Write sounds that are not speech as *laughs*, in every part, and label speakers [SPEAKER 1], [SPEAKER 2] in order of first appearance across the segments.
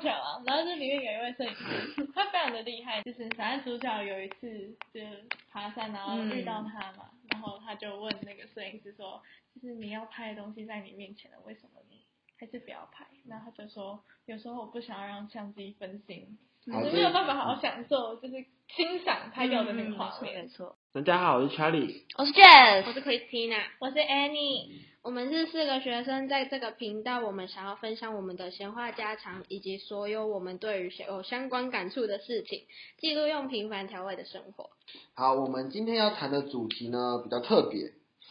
[SPEAKER 1] 角啊，然后是里面有一位设计师，他非常的厉害，就是反正主角有一次就爬山，然后遇到他嘛，然后他就问那个摄影师说，就是你要拍的东西在你面前了，为什么你还是不要拍？然后他就说，有时候我不想要让相机分心，
[SPEAKER 2] 好
[SPEAKER 1] 就嗯
[SPEAKER 2] 这
[SPEAKER 1] 没有办法好好享受，就是欣赏拍掉的
[SPEAKER 3] 嗯
[SPEAKER 1] 那个画面。
[SPEAKER 4] 没错。
[SPEAKER 2] 大家好，我是 Charlie。
[SPEAKER 4] 我是 Jess，
[SPEAKER 3] 我是 Christina，
[SPEAKER 1] 我是 Annie，
[SPEAKER 3] 我们是四个学生，在这个频道，我们想要分享我们的闲话家常，以及所有我们对于有相关感触的事情，记录用平凡调味的生活。
[SPEAKER 2] 好，我们今天要谈的主题呢比较特别，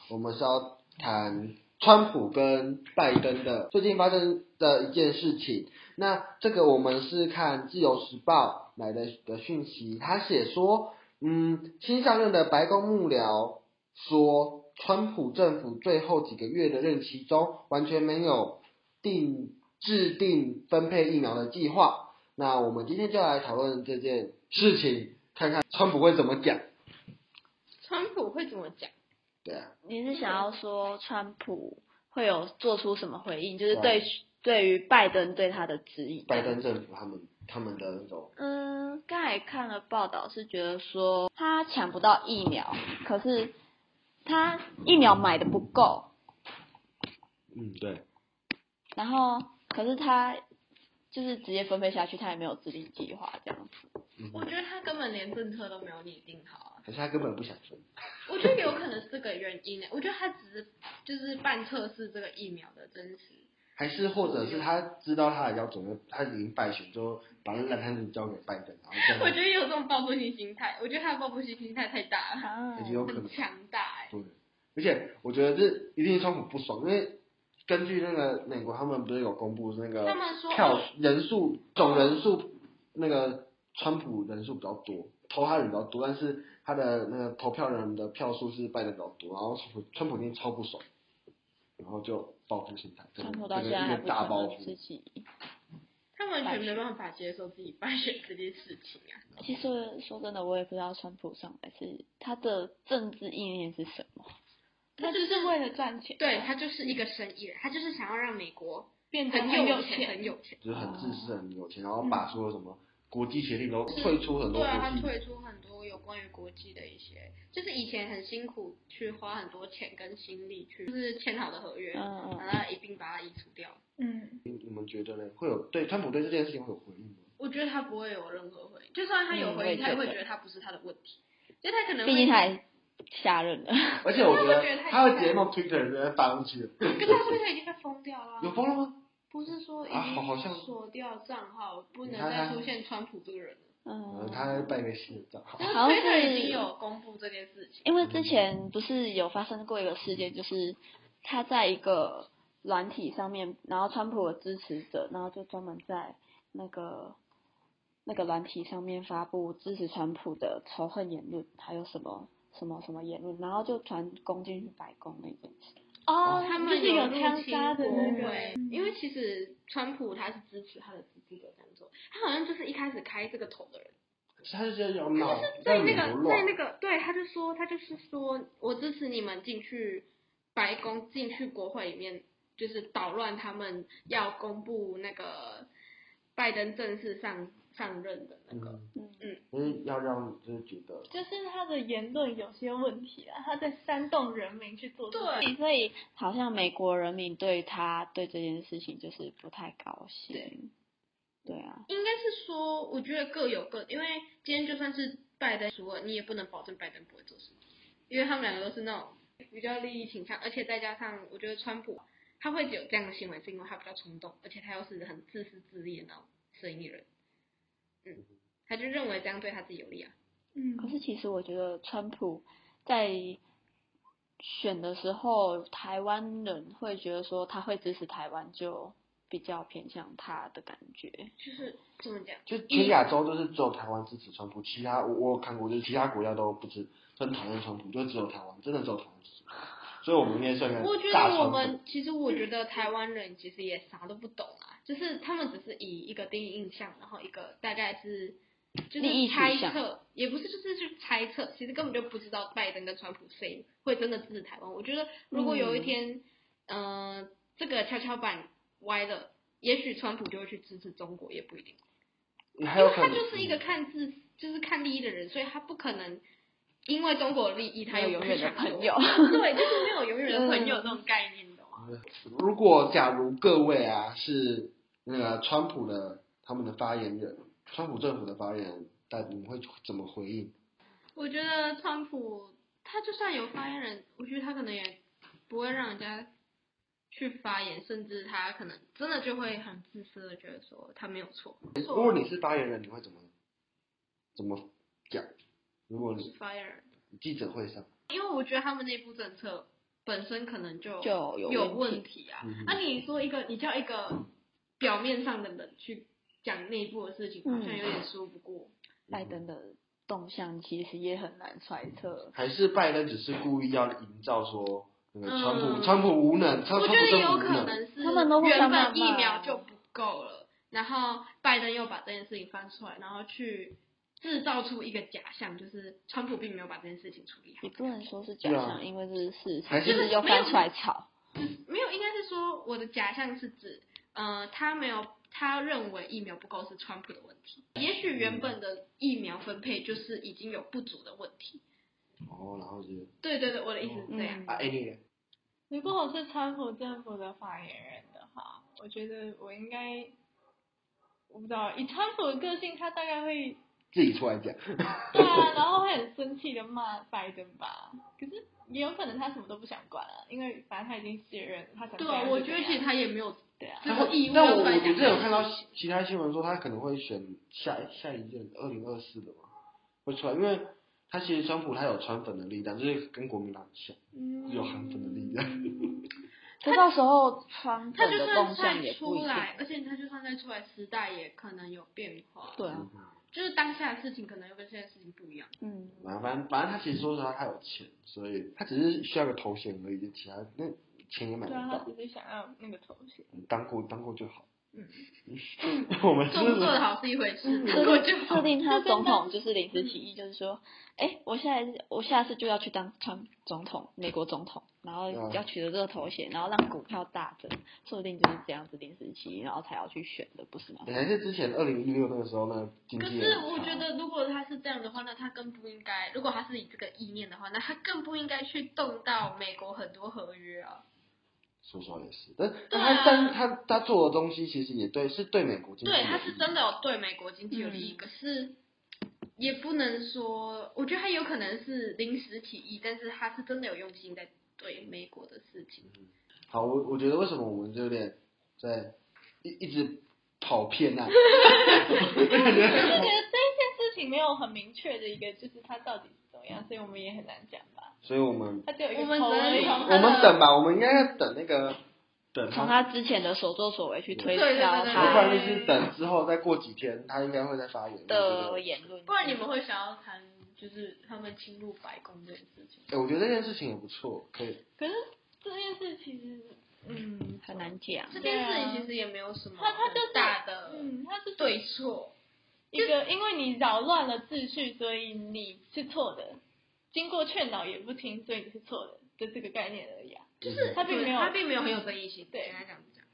[SPEAKER 2] 我们是要谈川普跟拜登的最近发生的一件事情。那这个我们是看《自由时报》来的的讯息，他写说，嗯，新上任的白宫幕僚说，川普政府最后几个月的任期中完全没有定制定分配疫苗的计划。那我们今天就来讨论这件事情，看看川普会怎么讲。
[SPEAKER 3] 川普会怎么讲？
[SPEAKER 2] 对啊，
[SPEAKER 4] 你是想要说川普会有做出什么回
[SPEAKER 3] 嗯
[SPEAKER 4] 应？就是
[SPEAKER 2] 对
[SPEAKER 4] 对对于拜登对他的质疑。
[SPEAKER 2] 拜登政府他们他们的那种，
[SPEAKER 4] 嗯，刚才看了报道是觉得说他抢不到疫苗，可是他疫苗买的不够，
[SPEAKER 2] 嗯，对，
[SPEAKER 4] 然后可是他就是直接分配下去，他也没有制定计划这样子。
[SPEAKER 3] 我觉得他根本连政策都没有拟定好啊！
[SPEAKER 2] 可嗯是他根本不想生。
[SPEAKER 3] 我觉得有可能是这个原因欸呢、我觉得他只是就是半测试这个疫苗的真实。
[SPEAKER 2] 还是或者是他知道他的要准备，他已经败选之后，把烂摊子交给拜登，然后这样
[SPEAKER 3] 我觉得有这种报复性心态，我觉得他的报复性心态太大了，
[SPEAKER 4] 啊
[SPEAKER 2] 也有可能
[SPEAKER 3] 很强大哎、
[SPEAKER 2] 对，而且我觉得这一定是川普不爽，因为根据那个美国他们不是有公布那个
[SPEAKER 3] 他们说哦
[SPEAKER 2] 票人数总人数那个川普人数比较多，投他人比较多，但是他的那个投票人的票数是拜登比较多，然后川普川普一定超不爽，然后就报复心态，这个
[SPEAKER 4] 川普到
[SPEAKER 2] 这
[SPEAKER 4] 现
[SPEAKER 2] 个
[SPEAKER 4] 在还
[SPEAKER 2] 一
[SPEAKER 4] 不
[SPEAKER 2] 个大
[SPEAKER 4] 承
[SPEAKER 2] 报
[SPEAKER 4] 认自
[SPEAKER 2] 复。
[SPEAKER 4] 己。
[SPEAKER 3] 他完全没办法接受自己败选这件事情啊。
[SPEAKER 4] 其实说真的，我也不知道川普上来是他的政治意念是什么。
[SPEAKER 1] 他就是为了赚钱，啊
[SPEAKER 3] 对他就是一个生意人，他就是想要让美国
[SPEAKER 1] 变得
[SPEAKER 3] 很
[SPEAKER 1] 有
[SPEAKER 3] 有
[SPEAKER 1] 钱，
[SPEAKER 3] 很有钱。
[SPEAKER 2] 就是很自私、很有钱，然后把所有什么国际协定都退出很多
[SPEAKER 3] 对
[SPEAKER 2] 国
[SPEAKER 3] 啊，他
[SPEAKER 2] 际，
[SPEAKER 3] 退出很多有关于国际的一些，就是以前很辛苦去花很多钱跟心力去，就是签好的合约，
[SPEAKER 4] 嗯嗯
[SPEAKER 3] 然后一并把它移除掉。
[SPEAKER 1] 嗯，
[SPEAKER 2] 你你们觉得呢？会有对川普对这件事情会有回应吗？
[SPEAKER 3] 我觉得他不会有任何回应，就算他有
[SPEAKER 4] 嗯我
[SPEAKER 3] 回
[SPEAKER 4] 也
[SPEAKER 3] 应，他也
[SPEAKER 4] 觉
[SPEAKER 3] 会
[SPEAKER 4] 得
[SPEAKER 3] 觉得他不是他的问题，嗯因为他可能
[SPEAKER 4] 毕竟他
[SPEAKER 3] 会，
[SPEAKER 4] 也下任了，
[SPEAKER 2] 而且我觉得
[SPEAKER 3] 我觉得太
[SPEAKER 2] 他会直接弄 Twitter 直接发上去，
[SPEAKER 3] 可是他说他已经被封掉了
[SPEAKER 2] 有
[SPEAKER 3] 啊，
[SPEAKER 2] 疯了吗？
[SPEAKER 3] 不是说已
[SPEAKER 2] 啊好好像
[SPEAKER 3] 经锁掉账号，不能
[SPEAKER 2] 你看
[SPEAKER 3] 再
[SPEAKER 2] 他
[SPEAKER 3] 出现川普这个人了。
[SPEAKER 4] 嗯，
[SPEAKER 2] 呃他拜个新的账号
[SPEAKER 3] 就是
[SPEAKER 4] 好像
[SPEAKER 3] Twitter 已
[SPEAKER 4] 是
[SPEAKER 3] 经有公布这件事情，
[SPEAKER 4] 因为之前不是有发生过一个事件，就是他在一个软体上面，然后川普的支持者，然后就专门在那个那个软体上面发布支持川普的仇恨言论，还有什么什么什么言论，然后就传攻进去白宫那件事。哎
[SPEAKER 1] 哦
[SPEAKER 3] 他
[SPEAKER 1] 就
[SPEAKER 3] 们
[SPEAKER 1] 是有
[SPEAKER 3] 入
[SPEAKER 1] 枪
[SPEAKER 3] 侵
[SPEAKER 1] 杀的那
[SPEAKER 3] 国
[SPEAKER 1] 个，
[SPEAKER 3] 会因为其实川普他是支持他的支持者这样做，他好像就是一开始开这个头的人，
[SPEAKER 2] 他就觉得有脑，
[SPEAKER 3] 在
[SPEAKER 2] 让美
[SPEAKER 3] 那
[SPEAKER 2] 国
[SPEAKER 3] 个在
[SPEAKER 2] 乱
[SPEAKER 3] 那个对，他就说他就是说我支持你们进去白宫进去国会里面，就是捣乱他们要公布那个拜登正式上上任的那个，
[SPEAKER 2] 嗯，
[SPEAKER 4] 嗯，
[SPEAKER 2] 就是要让就是觉得
[SPEAKER 1] 就是他的言论有些问题啊，他在煽动人民去做。
[SPEAKER 3] 对，
[SPEAKER 4] 所以好像美国人民对他对这件事情就是不太高兴。对啊，
[SPEAKER 3] 应该是说我觉得各有各，因为今天就算是拜登输了，你也不能保证拜登不会做事，因为他们两个都是那种比较利益倾向，而且再加上我觉得川普他会有这样的行为，是因为他比较冲动，而且他又是很自私自利的那种生意人，嗯，他就认为这样对他自己有利啊。
[SPEAKER 1] 嗯，
[SPEAKER 4] 可是其实我觉得川普在选的时候，台湾人会觉得说他会支持台湾，就比较偏向他的感觉。
[SPEAKER 3] 就是怎么讲？
[SPEAKER 2] 就全亚洲都是只有台湾支持川普，其他我我有看过，就是其他国家都不支，很讨厌川普，就只有台湾真的只有台湾支持，所以我们应该算个
[SPEAKER 3] 我觉
[SPEAKER 2] 大
[SPEAKER 3] 得我
[SPEAKER 2] 川
[SPEAKER 3] 们
[SPEAKER 2] 粉。
[SPEAKER 3] 其实我觉得台湾人其实也啥都不懂啊，就是他们只是以一个第一印象，然后一个大概是就
[SPEAKER 4] 利益
[SPEAKER 3] 是
[SPEAKER 4] 取
[SPEAKER 3] 猜
[SPEAKER 4] 向
[SPEAKER 3] 测，也不是就是去猜测，其实根本就不知道拜登跟川普谁会真的支持台湾。我觉得如果有一天，嗯、呃，这个跷跷板歪了，也许川普就会去支持中国，也不一定，
[SPEAKER 2] 还
[SPEAKER 3] 因
[SPEAKER 2] 有
[SPEAKER 3] 为
[SPEAKER 2] 可
[SPEAKER 3] 他
[SPEAKER 2] 能
[SPEAKER 3] 就是一个看自就是看利益的人，所以他不可能因为中国的利益，他
[SPEAKER 4] 还有
[SPEAKER 3] 永
[SPEAKER 4] 永远的朋友。
[SPEAKER 3] 对，就是没有永远的朋友
[SPEAKER 4] 嗯
[SPEAKER 3] 那种概念，你懂吗？
[SPEAKER 2] 嗯如果假如各位啊是那个川普的他们的发言人，川普政府的发言人，但你们会怎么回应？
[SPEAKER 3] 我觉得川普他就算有发言人，我觉得他可能也不会让人家去发言，甚至他可能真的就会很自私的觉得说他没有错。
[SPEAKER 2] 如果你是发言人，你会怎么怎么讲？如果
[SPEAKER 3] 是
[SPEAKER 2] 你
[SPEAKER 3] 发言人，
[SPEAKER 2] 记者会上，
[SPEAKER 3] 因为我觉得他们内部政策本身可能就
[SPEAKER 4] 就有
[SPEAKER 3] 有
[SPEAKER 4] 问
[SPEAKER 3] 问题啊
[SPEAKER 2] 嗯。
[SPEAKER 3] 那、你说一个你叫一个表面上的人去讲内部的事情，好像有
[SPEAKER 4] 嗯
[SPEAKER 3] 点说不过。
[SPEAKER 4] 拜登的动向其实也很难揣测。
[SPEAKER 2] 还是拜登只是故意要营造说那个川普、
[SPEAKER 3] 嗯
[SPEAKER 2] 川普无能，川
[SPEAKER 3] 我觉
[SPEAKER 2] 川普
[SPEAKER 3] 得也
[SPEAKER 2] 政
[SPEAKER 3] 有
[SPEAKER 2] 府无
[SPEAKER 3] 可
[SPEAKER 2] 能。
[SPEAKER 3] 能是
[SPEAKER 4] 他们都互相
[SPEAKER 3] 原
[SPEAKER 4] 谩骂
[SPEAKER 3] 本疫苗就不够了，然后拜登又把这件事情翻出来，然后去制造出一个假象，就是川普并没有把这件事情处理好
[SPEAKER 4] 也。不能说是假
[SPEAKER 2] 对啊
[SPEAKER 4] 象，因为这是事
[SPEAKER 2] 还
[SPEAKER 4] 实，
[SPEAKER 2] 是
[SPEAKER 4] 就是又翻出来吵。
[SPEAKER 3] 没有，应该是说我的假象是指，呃，他没有，他认为疫苗不够是川普的问题，也许原本的疫苗分配就是已经有不足的问题。
[SPEAKER 2] 哦，然后就
[SPEAKER 3] 对对对，我的意思是这样。
[SPEAKER 4] 嗯
[SPEAKER 2] 啊，anyway，
[SPEAKER 1] 如果我是川普政府的发言人的话，我觉得我应该，我不知道，以川普的个性，他大概会
[SPEAKER 2] 自己出来讲。
[SPEAKER 1] 对啊，然后会很生气的骂拜登吧。可是也有可能他什么都不想管啊，因为反正他已经卸任了，他
[SPEAKER 4] 嗯
[SPEAKER 1] 想
[SPEAKER 3] 对
[SPEAKER 1] 怎样
[SPEAKER 3] 啊，
[SPEAKER 1] 就
[SPEAKER 3] 我觉得
[SPEAKER 1] 怎
[SPEAKER 3] 其
[SPEAKER 1] 样
[SPEAKER 3] 实他也没有，
[SPEAKER 1] 对啊，
[SPEAKER 3] 就是意
[SPEAKER 2] 但
[SPEAKER 3] 外
[SPEAKER 2] 我
[SPEAKER 3] 出来
[SPEAKER 2] 我
[SPEAKER 3] 讲
[SPEAKER 2] 之前有看到其其他新闻说他可能会选下一下一任二零二四的嘛，会出来，因为他其实川普他有川粉的力量，就是跟国民党像，
[SPEAKER 3] 嗯
[SPEAKER 2] 有韩粉的力量。
[SPEAKER 4] 就到时候川
[SPEAKER 3] 他
[SPEAKER 4] 粉
[SPEAKER 3] 就
[SPEAKER 4] 的
[SPEAKER 3] 算
[SPEAKER 4] 动向也
[SPEAKER 3] 再出
[SPEAKER 4] 不一定。
[SPEAKER 3] 来，而且他就算再出来，时代也可能有变化。
[SPEAKER 4] 对啊，
[SPEAKER 3] 就是当下的事情可能又跟现在的事情不一样。
[SPEAKER 4] 嗯，
[SPEAKER 2] 然后反正反正他其实说实话他有钱，所以他只是需要个头衔而已，其他那钱也买不
[SPEAKER 1] 对啊，他
[SPEAKER 2] 到，
[SPEAKER 1] 只是想要那个头衔。
[SPEAKER 2] 当过当过就好。
[SPEAKER 1] 嗯，
[SPEAKER 2] *laughs* 我们是
[SPEAKER 3] 做不做
[SPEAKER 2] 不
[SPEAKER 3] 得
[SPEAKER 2] 是
[SPEAKER 3] 好是一回事，
[SPEAKER 4] 设
[SPEAKER 3] 不过就
[SPEAKER 4] 定
[SPEAKER 3] 好
[SPEAKER 4] 嗯设。定他
[SPEAKER 1] 就跟
[SPEAKER 4] 总
[SPEAKER 1] 当
[SPEAKER 4] 统就是临时起意，就是说，哎，我下一次我下次就要去当川总统，美国总统，然后
[SPEAKER 2] 嗯
[SPEAKER 4] 要取得这个头衔，然后让股票大增，说不定就是这样子临时起意，然后才要去选的，不是吗？
[SPEAKER 2] 还是之前二零一六那个时候呢？经
[SPEAKER 3] 可
[SPEAKER 2] 济
[SPEAKER 3] 是
[SPEAKER 2] 也很
[SPEAKER 3] 我
[SPEAKER 2] 差
[SPEAKER 3] 觉得，如果他是这样的话，那他更不应该；如果他是以这个意念的话，那他更不应该去动到美国很多合约啊。
[SPEAKER 2] 说实话也是，但但
[SPEAKER 3] 对
[SPEAKER 2] 他、
[SPEAKER 3] 啊
[SPEAKER 2] 但他他做的东西其实也对，是对美国经济有
[SPEAKER 3] 对，
[SPEAKER 2] 益。
[SPEAKER 3] 他是真的有对美国经济有利
[SPEAKER 4] 嗯
[SPEAKER 3] 益，可是也不能说，我觉得他有可能是临时起意，但是他是真的有用心在对美国的事情。
[SPEAKER 2] 好，我我觉得为什么我们就有点在一一直跑偏啊？
[SPEAKER 1] 我就觉得这件事情没有很明确的一个，就是他到底是怎么样，所以我们也很难讲吧。
[SPEAKER 2] 所以我们
[SPEAKER 3] *laughs*
[SPEAKER 1] 他只有一
[SPEAKER 3] 我
[SPEAKER 1] 个
[SPEAKER 3] 们
[SPEAKER 1] 头
[SPEAKER 3] 只能
[SPEAKER 1] 而已。
[SPEAKER 3] 从
[SPEAKER 2] 我们等吧，我们应该要等那个等
[SPEAKER 4] 从
[SPEAKER 2] 他，
[SPEAKER 4] 他之前的所作所为去推
[SPEAKER 3] 对对
[SPEAKER 4] 敲
[SPEAKER 3] 对对
[SPEAKER 2] 不然
[SPEAKER 4] 他
[SPEAKER 3] 对
[SPEAKER 2] 就是等之后再过几天，他应该会再发言。
[SPEAKER 4] 的
[SPEAKER 2] 我觉得
[SPEAKER 4] 言论。
[SPEAKER 3] 不然你们会想要谈就是他们侵入白宫这件事情？
[SPEAKER 2] 哎，我觉得这件事情也不错，可以。
[SPEAKER 1] 可是这件事其实，嗯，
[SPEAKER 4] 很难讲，
[SPEAKER 3] 这
[SPEAKER 1] 对
[SPEAKER 3] 件
[SPEAKER 1] 啊
[SPEAKER 3] 事情其实也没有什么
[SPEAKER 1] 他他就
[SPEAKER 3] 很大的
[SPEAKER 1] 嗯，他是
[SPEAKER 3] 对错，
[SPEAKER 1] 一个，因为你扰乱了秩序，所以你是错的。经过劝导也不听，所以你是错的的这个概念而已啊。
[SPEAKER 2] 就是
[SPEAKER 1] 他并没有，
[SPEAKER 3] 他并没有很有争议性。
[SPEAKER 1] 对
[SPEAKER 3] 简单讲是这样。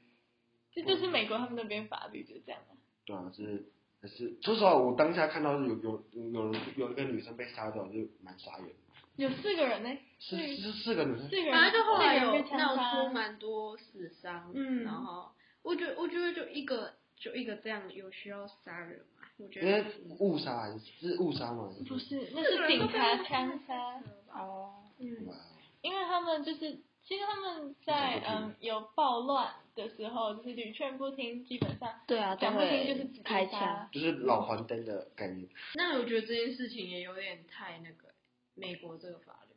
[SPEAKER 1] 这就是美国他们那边法律就是这样啊。
[SPEAKER 2] 对啊，就是还是说实话，我当下看到有有有人有一个女生被杀掉，就蛮傻眼的。
[SPEAKER 1] 有四个人呢，
[SPEAKER 2] 是
[SPEAKER 1] 对
[SPEAKER 2] 是四个女生
[SPEAKER 1] 四，个人，
[SPEAKER 3] 反正就后来
[SPEAKER 1] 四个
[SPEAKER 3] 有
[SPEAKER 1] 人被枪
[SPEAKER 3] 闹出
[SPEAKER 1] 杀。
[SPEAKER 3] 蛮多死伤，
[SPEAKER 1] 嗯
[SPEAKER 3] 然后我觉得我觉得就一个就一个这样有需要杀人嘛，我觉
[SPEAKER 2] 因为
[SPEAKER 3] 得
[SPEAKER 2] 误杀还是是误杀嘛？
[SPEAKER 1] 不是，那是警察枪杀。
[SPEAKER 4] 哦，
[SPEAKER 1] 嗯。
[SPEAKER 2] 哇
[SPEAKER 1] 因为他们就是，其实他们在
[SPEAKER 2] 不听
[SPEAKER 1] 嗯有暴乱的时候，就是屡劝不听，基本上
[SPEAKER 4] 对啊，都
[SPEAKER 1] 讲不听就是
[SPEAKER 4] 会
[SPEAKER 1] 直接
[SPEAKER 4] 开
[SPEAKER 1] 杀
[SPEAKER 4] 枪。。
[SPEAKER 2] 就是老还灯的概念。
[SPEAKER 3] 那我觉得这件事情也有点太那个美国这个法律，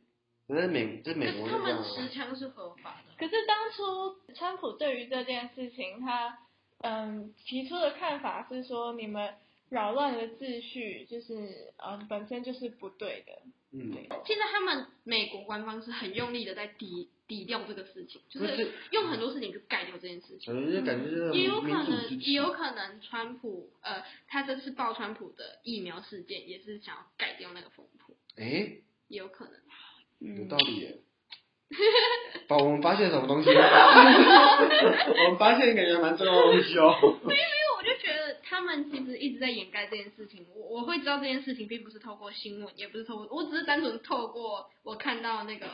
[SPEAKER 2] 可是美，这
[SPEAKER 3] 可
[SPEAKER 2] 美
[SPEAKER 3] 是
[SPEAKER 2] 国
[SPEAKER 3] 他
[SPEAKER 2] 就这样
[SPEAKER 3] 们
[SPEAKER 2] 啊。
[SPEAKER 3] 持枪是合法的，
[SPEAKER 1] 可是当初川普对于这件事情，他嗯提出的看法是说，你们扰乱了秩序，就是嗯本身就是不对的。
[SPEAKER 2] 嗯，
[SPEAKER 3] 现在他们美国官方是很用力的在抵抵掉这个事情，就
[SPEAKER 2] 不
[SPEAKER 3] 是
[SPEAKER 2] 是
[SPEAKER 3] 用很多事情去盖掉这件事情。
[SPEAKER 2] 感觉就感觉就是
[SPEAKER 3] 也有可
[SPEAKER 2] 民主
[SPEAKER 3] 能，
[SPEAKER 2] 之
[SPEAKER 3] 也有
[SPEAKER 2] 耻。
[SPEAKER 3] 可能，川普呃，他这次爆川普的疫苗事件，也是想要改掉那个风波，
[SPEAKER 2] 哎，
[SPEAKER 3] 也有可能。
[SPEAKER 2] 有
[SPEAKER 3] *laughs*
[SPEAKER 4] 嗯
[SPEAKER 2] 道理耶。把我们发现什么东西？我们发现一个也蛮重要的东西哦。
[SPEAKER 3] 我就觉得他们其实一直在掩盖这件事情。我我会知道这件事情，并不是透过新闻，也不是透过，我只是单纯透过我看到那个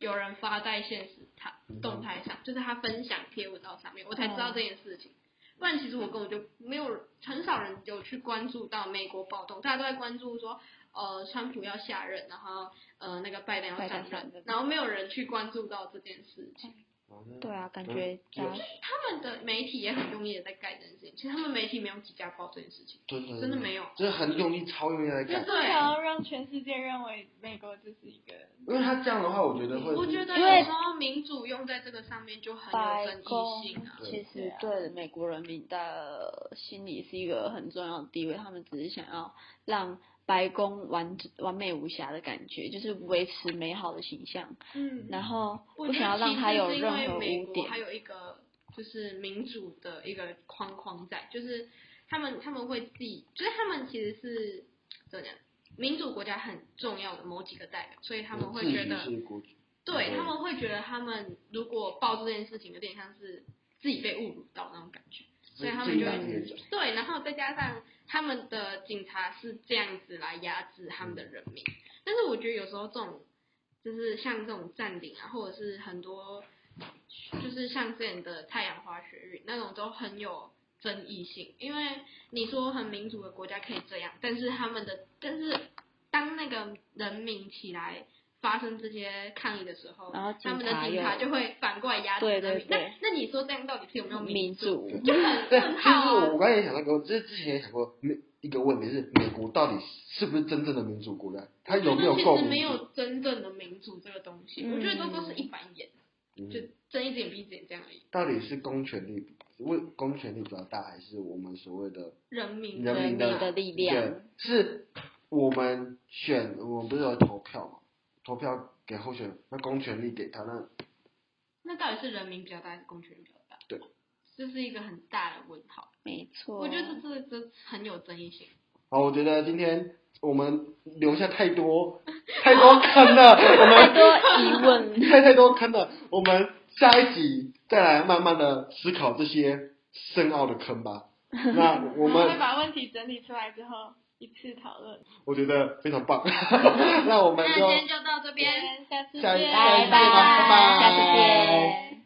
[SPEAKER 3] 有人发在现实他动态上，就是他分享贴文到上面，我才
[SPEAKER 4] 哦
[SPEAKER 3] 知道这件事情。不然其实我根本就没有很少人有去关注到美国暴动，大家都在关注说。呃，川普要下任，然后呃，那个拜登要
[SPEAKER 4] 拜登
[SPEAKER 3] 上
[SPEAKER 4] 上
[SPEAKER 3] 任
[SPEAKER 4] 任，
[SPEAKER 3] 然后没有人去关注到这件事情。
[SPEAKER 4] 对啊，感
[SPEAKER 2] 嗯
[SPEAKER 4] 觉
[SPEAKER 2] 有
[SPEAKER 4] 大家
[SPEAKER 3] 他们的媒体也很用力的在盖这件事情，其实他们媒体没有几家报这件事情，
[SPEAKER 2] *laughs* 真的
[SPEAKER 3] 啊真的没有。
[SPEAKER 2] 就是很用力、超用力来改，
[SPEAKER 1] 就是想要让全世界认为美国这是一个
[SPEAKER 2] 因为他这样的话，我觉得会，嗯
[SPEAKER 3] 我觉得
[SPEAKER 4] 嗯因为
[SPEAKER 3] 有时候民主用在这个上面就很有
[SPEAKER 4] 白
[SPEAKER 3] 争
[SPEAKER 4] 宫
[SPEAKER 3] 议性啊。
[SPEAKER 2] 对
[SPEAKER 4] 其
[SPEAKER 1] 对
[SPEAKER 4] 实
[SPEAKER 1] 啊
[SPEAKER 4] 对美国人民的心理是一个很重要的地位，他们只是想要让白宫完完美无瑕的感觉，就是维持美好的形象，
[SPEAKER 3] 嗯
[SPEAKER 4] 然后
[SPEAKER 3] 我
[SPEAKER 4] 不
[SPEAKER 3] 觉
[SPEAKER 4] 想要
[SPEAKER 3] 得
[SPEAKER 4] 让
[SPEAKER 3] 其
[SPEAKER 4] 它
[SPEAKER 3] 实
[SPEAKER 4] 有
[SPEAKER 3] 是因为
[SPEAKER 4] 任何
[SPEAKER 3] 美
[SPEAKER 4] 污
[SPEAKER 3] 国
[SPEAKER 4] 点
[SPEAKER 3] 还。有一个就是民主的一个框框在，就是他们他们会自己，就是他们其实是怎么讲？民主国家很重要的某几个代表，所以他们会觉得
[SPEAKER 2] 自己是嗯国际
[SPEAKER 3] 对
[SPEAKER 2] 对
[SPEAKER 3] 他们会觉得他们如果报这件事情，有点像是自己被侮辱到那种感觉，所以他们就
[SPEAKER 2] 自己来
[SPEAKER 3] 一直对，然后再加上他们的警察是这样子来压制他们的人民，但是我觉得有时候这种就是像这种占领啊，或者是很多就是像之前的太阳花学运那种都很有争议性，因为你说很民主的国家可以这样，但是他们的但是当那个人民起来发生这些抗议的时候，
[SPEAKER 4] 然后
[SPEAKER 3] 他们的
[SPEAKER 4] 警察
[SPEAKER 3] 警察
[SPEAKER 4] 又
[SPEAKER 3] 就会反过来压制
[SPEAKER 4] 对
[SPEAKER 3] 人民。
[SPEAKER 4] 对对
[SPEAKER 3] 那那你说这样到底是有没有
[SPEAKER 4] 民
[SPEAKER 3] 主？
[SPEAKER 4] 主，
[SPEAKER 3] *laughs* 就
[SPEAKER 2] *laughs*
[SPEAKER 3] 很
[SPEAKER 2] 对，
[SPEAKER 3] 很
[SPEAKER 2] 其实
[SPEAKER 3] 好
[SPEAKER 2] 我
[SPEAKER 3] 啊。
[SPEAKER 2] 我刚才也想到一个，就是之前也想过，美一个问题是，美国到底是不是真正的民主国家？它有没有
[SPEAKER 3] 其
[SPEAKER 2] 够
[SPEAKER 3] 实没
[SPEAKER 2] 民主？
[SPEAKER 3] 有真正的民主这个东西，我觉得都都是一板一眼，就
[SPEAKER 2] 嗯
[SPEAKER 3] 睁一只眼闭一只眼这样而已。
[SPEAKER 2] 到底是公权力，为公权力比较大，还是我们所谓的
[SPEAKER 3] 人民
[SPEAKER 2] 人民
[SPEAKER 4] 的
[SPEAKER 2] 的
[SPEAKER 4] 力
[SPEAKER 2] 对
[SPEAKER 4] 量，，
[SPEAKER 2] 是我们选，我们不是有投票嘛？投票给候选人，那公权力给他，那
[SPEAKER 3] 那到底是人民比较大还是公权力比较大？
[SPEAKER 2] 对，
[SPEAKER 3] 这是一个很大的问号。
[SPEAKER 4] 没错。
[SPEAKER 3] 我觉得这这这很有争议性。
[SPEAKER 2] 好，我觉得今天我们留下太多太多 *laughs* 坑了，我们
[SPEAKER 4] 太多疑问
[SPEAKER 3] *laughs*
[SPEAKER 2] 太太多坑了，我们下一集再来慢慢的思考这些深奥的坑
[SPEAKER 3] *laughs*
[SPEAKER 2] 吧。那我
[SPEAKER 1] 我会
[SPEAKER 2] 们
[SPEAKER 1] 把问题整理出来之后一次讨论。
[SPEAKER 2] 我觉得非常棒， *laughs* 那我们
[SPEAKER 3] 那今
[SPEAKER 2] 就
[SPEAKER 3] 天就到这边。
[SPEAKER 1] 边，下次
[SPEAKER 2] 下一
[SPEAKER 1] 见，
[SPEAKER 2] 下一次见拜
[SPEAKER 4] 拜拜
[SPEAKER 2] 拜
[SPEAKER 4] 下次见。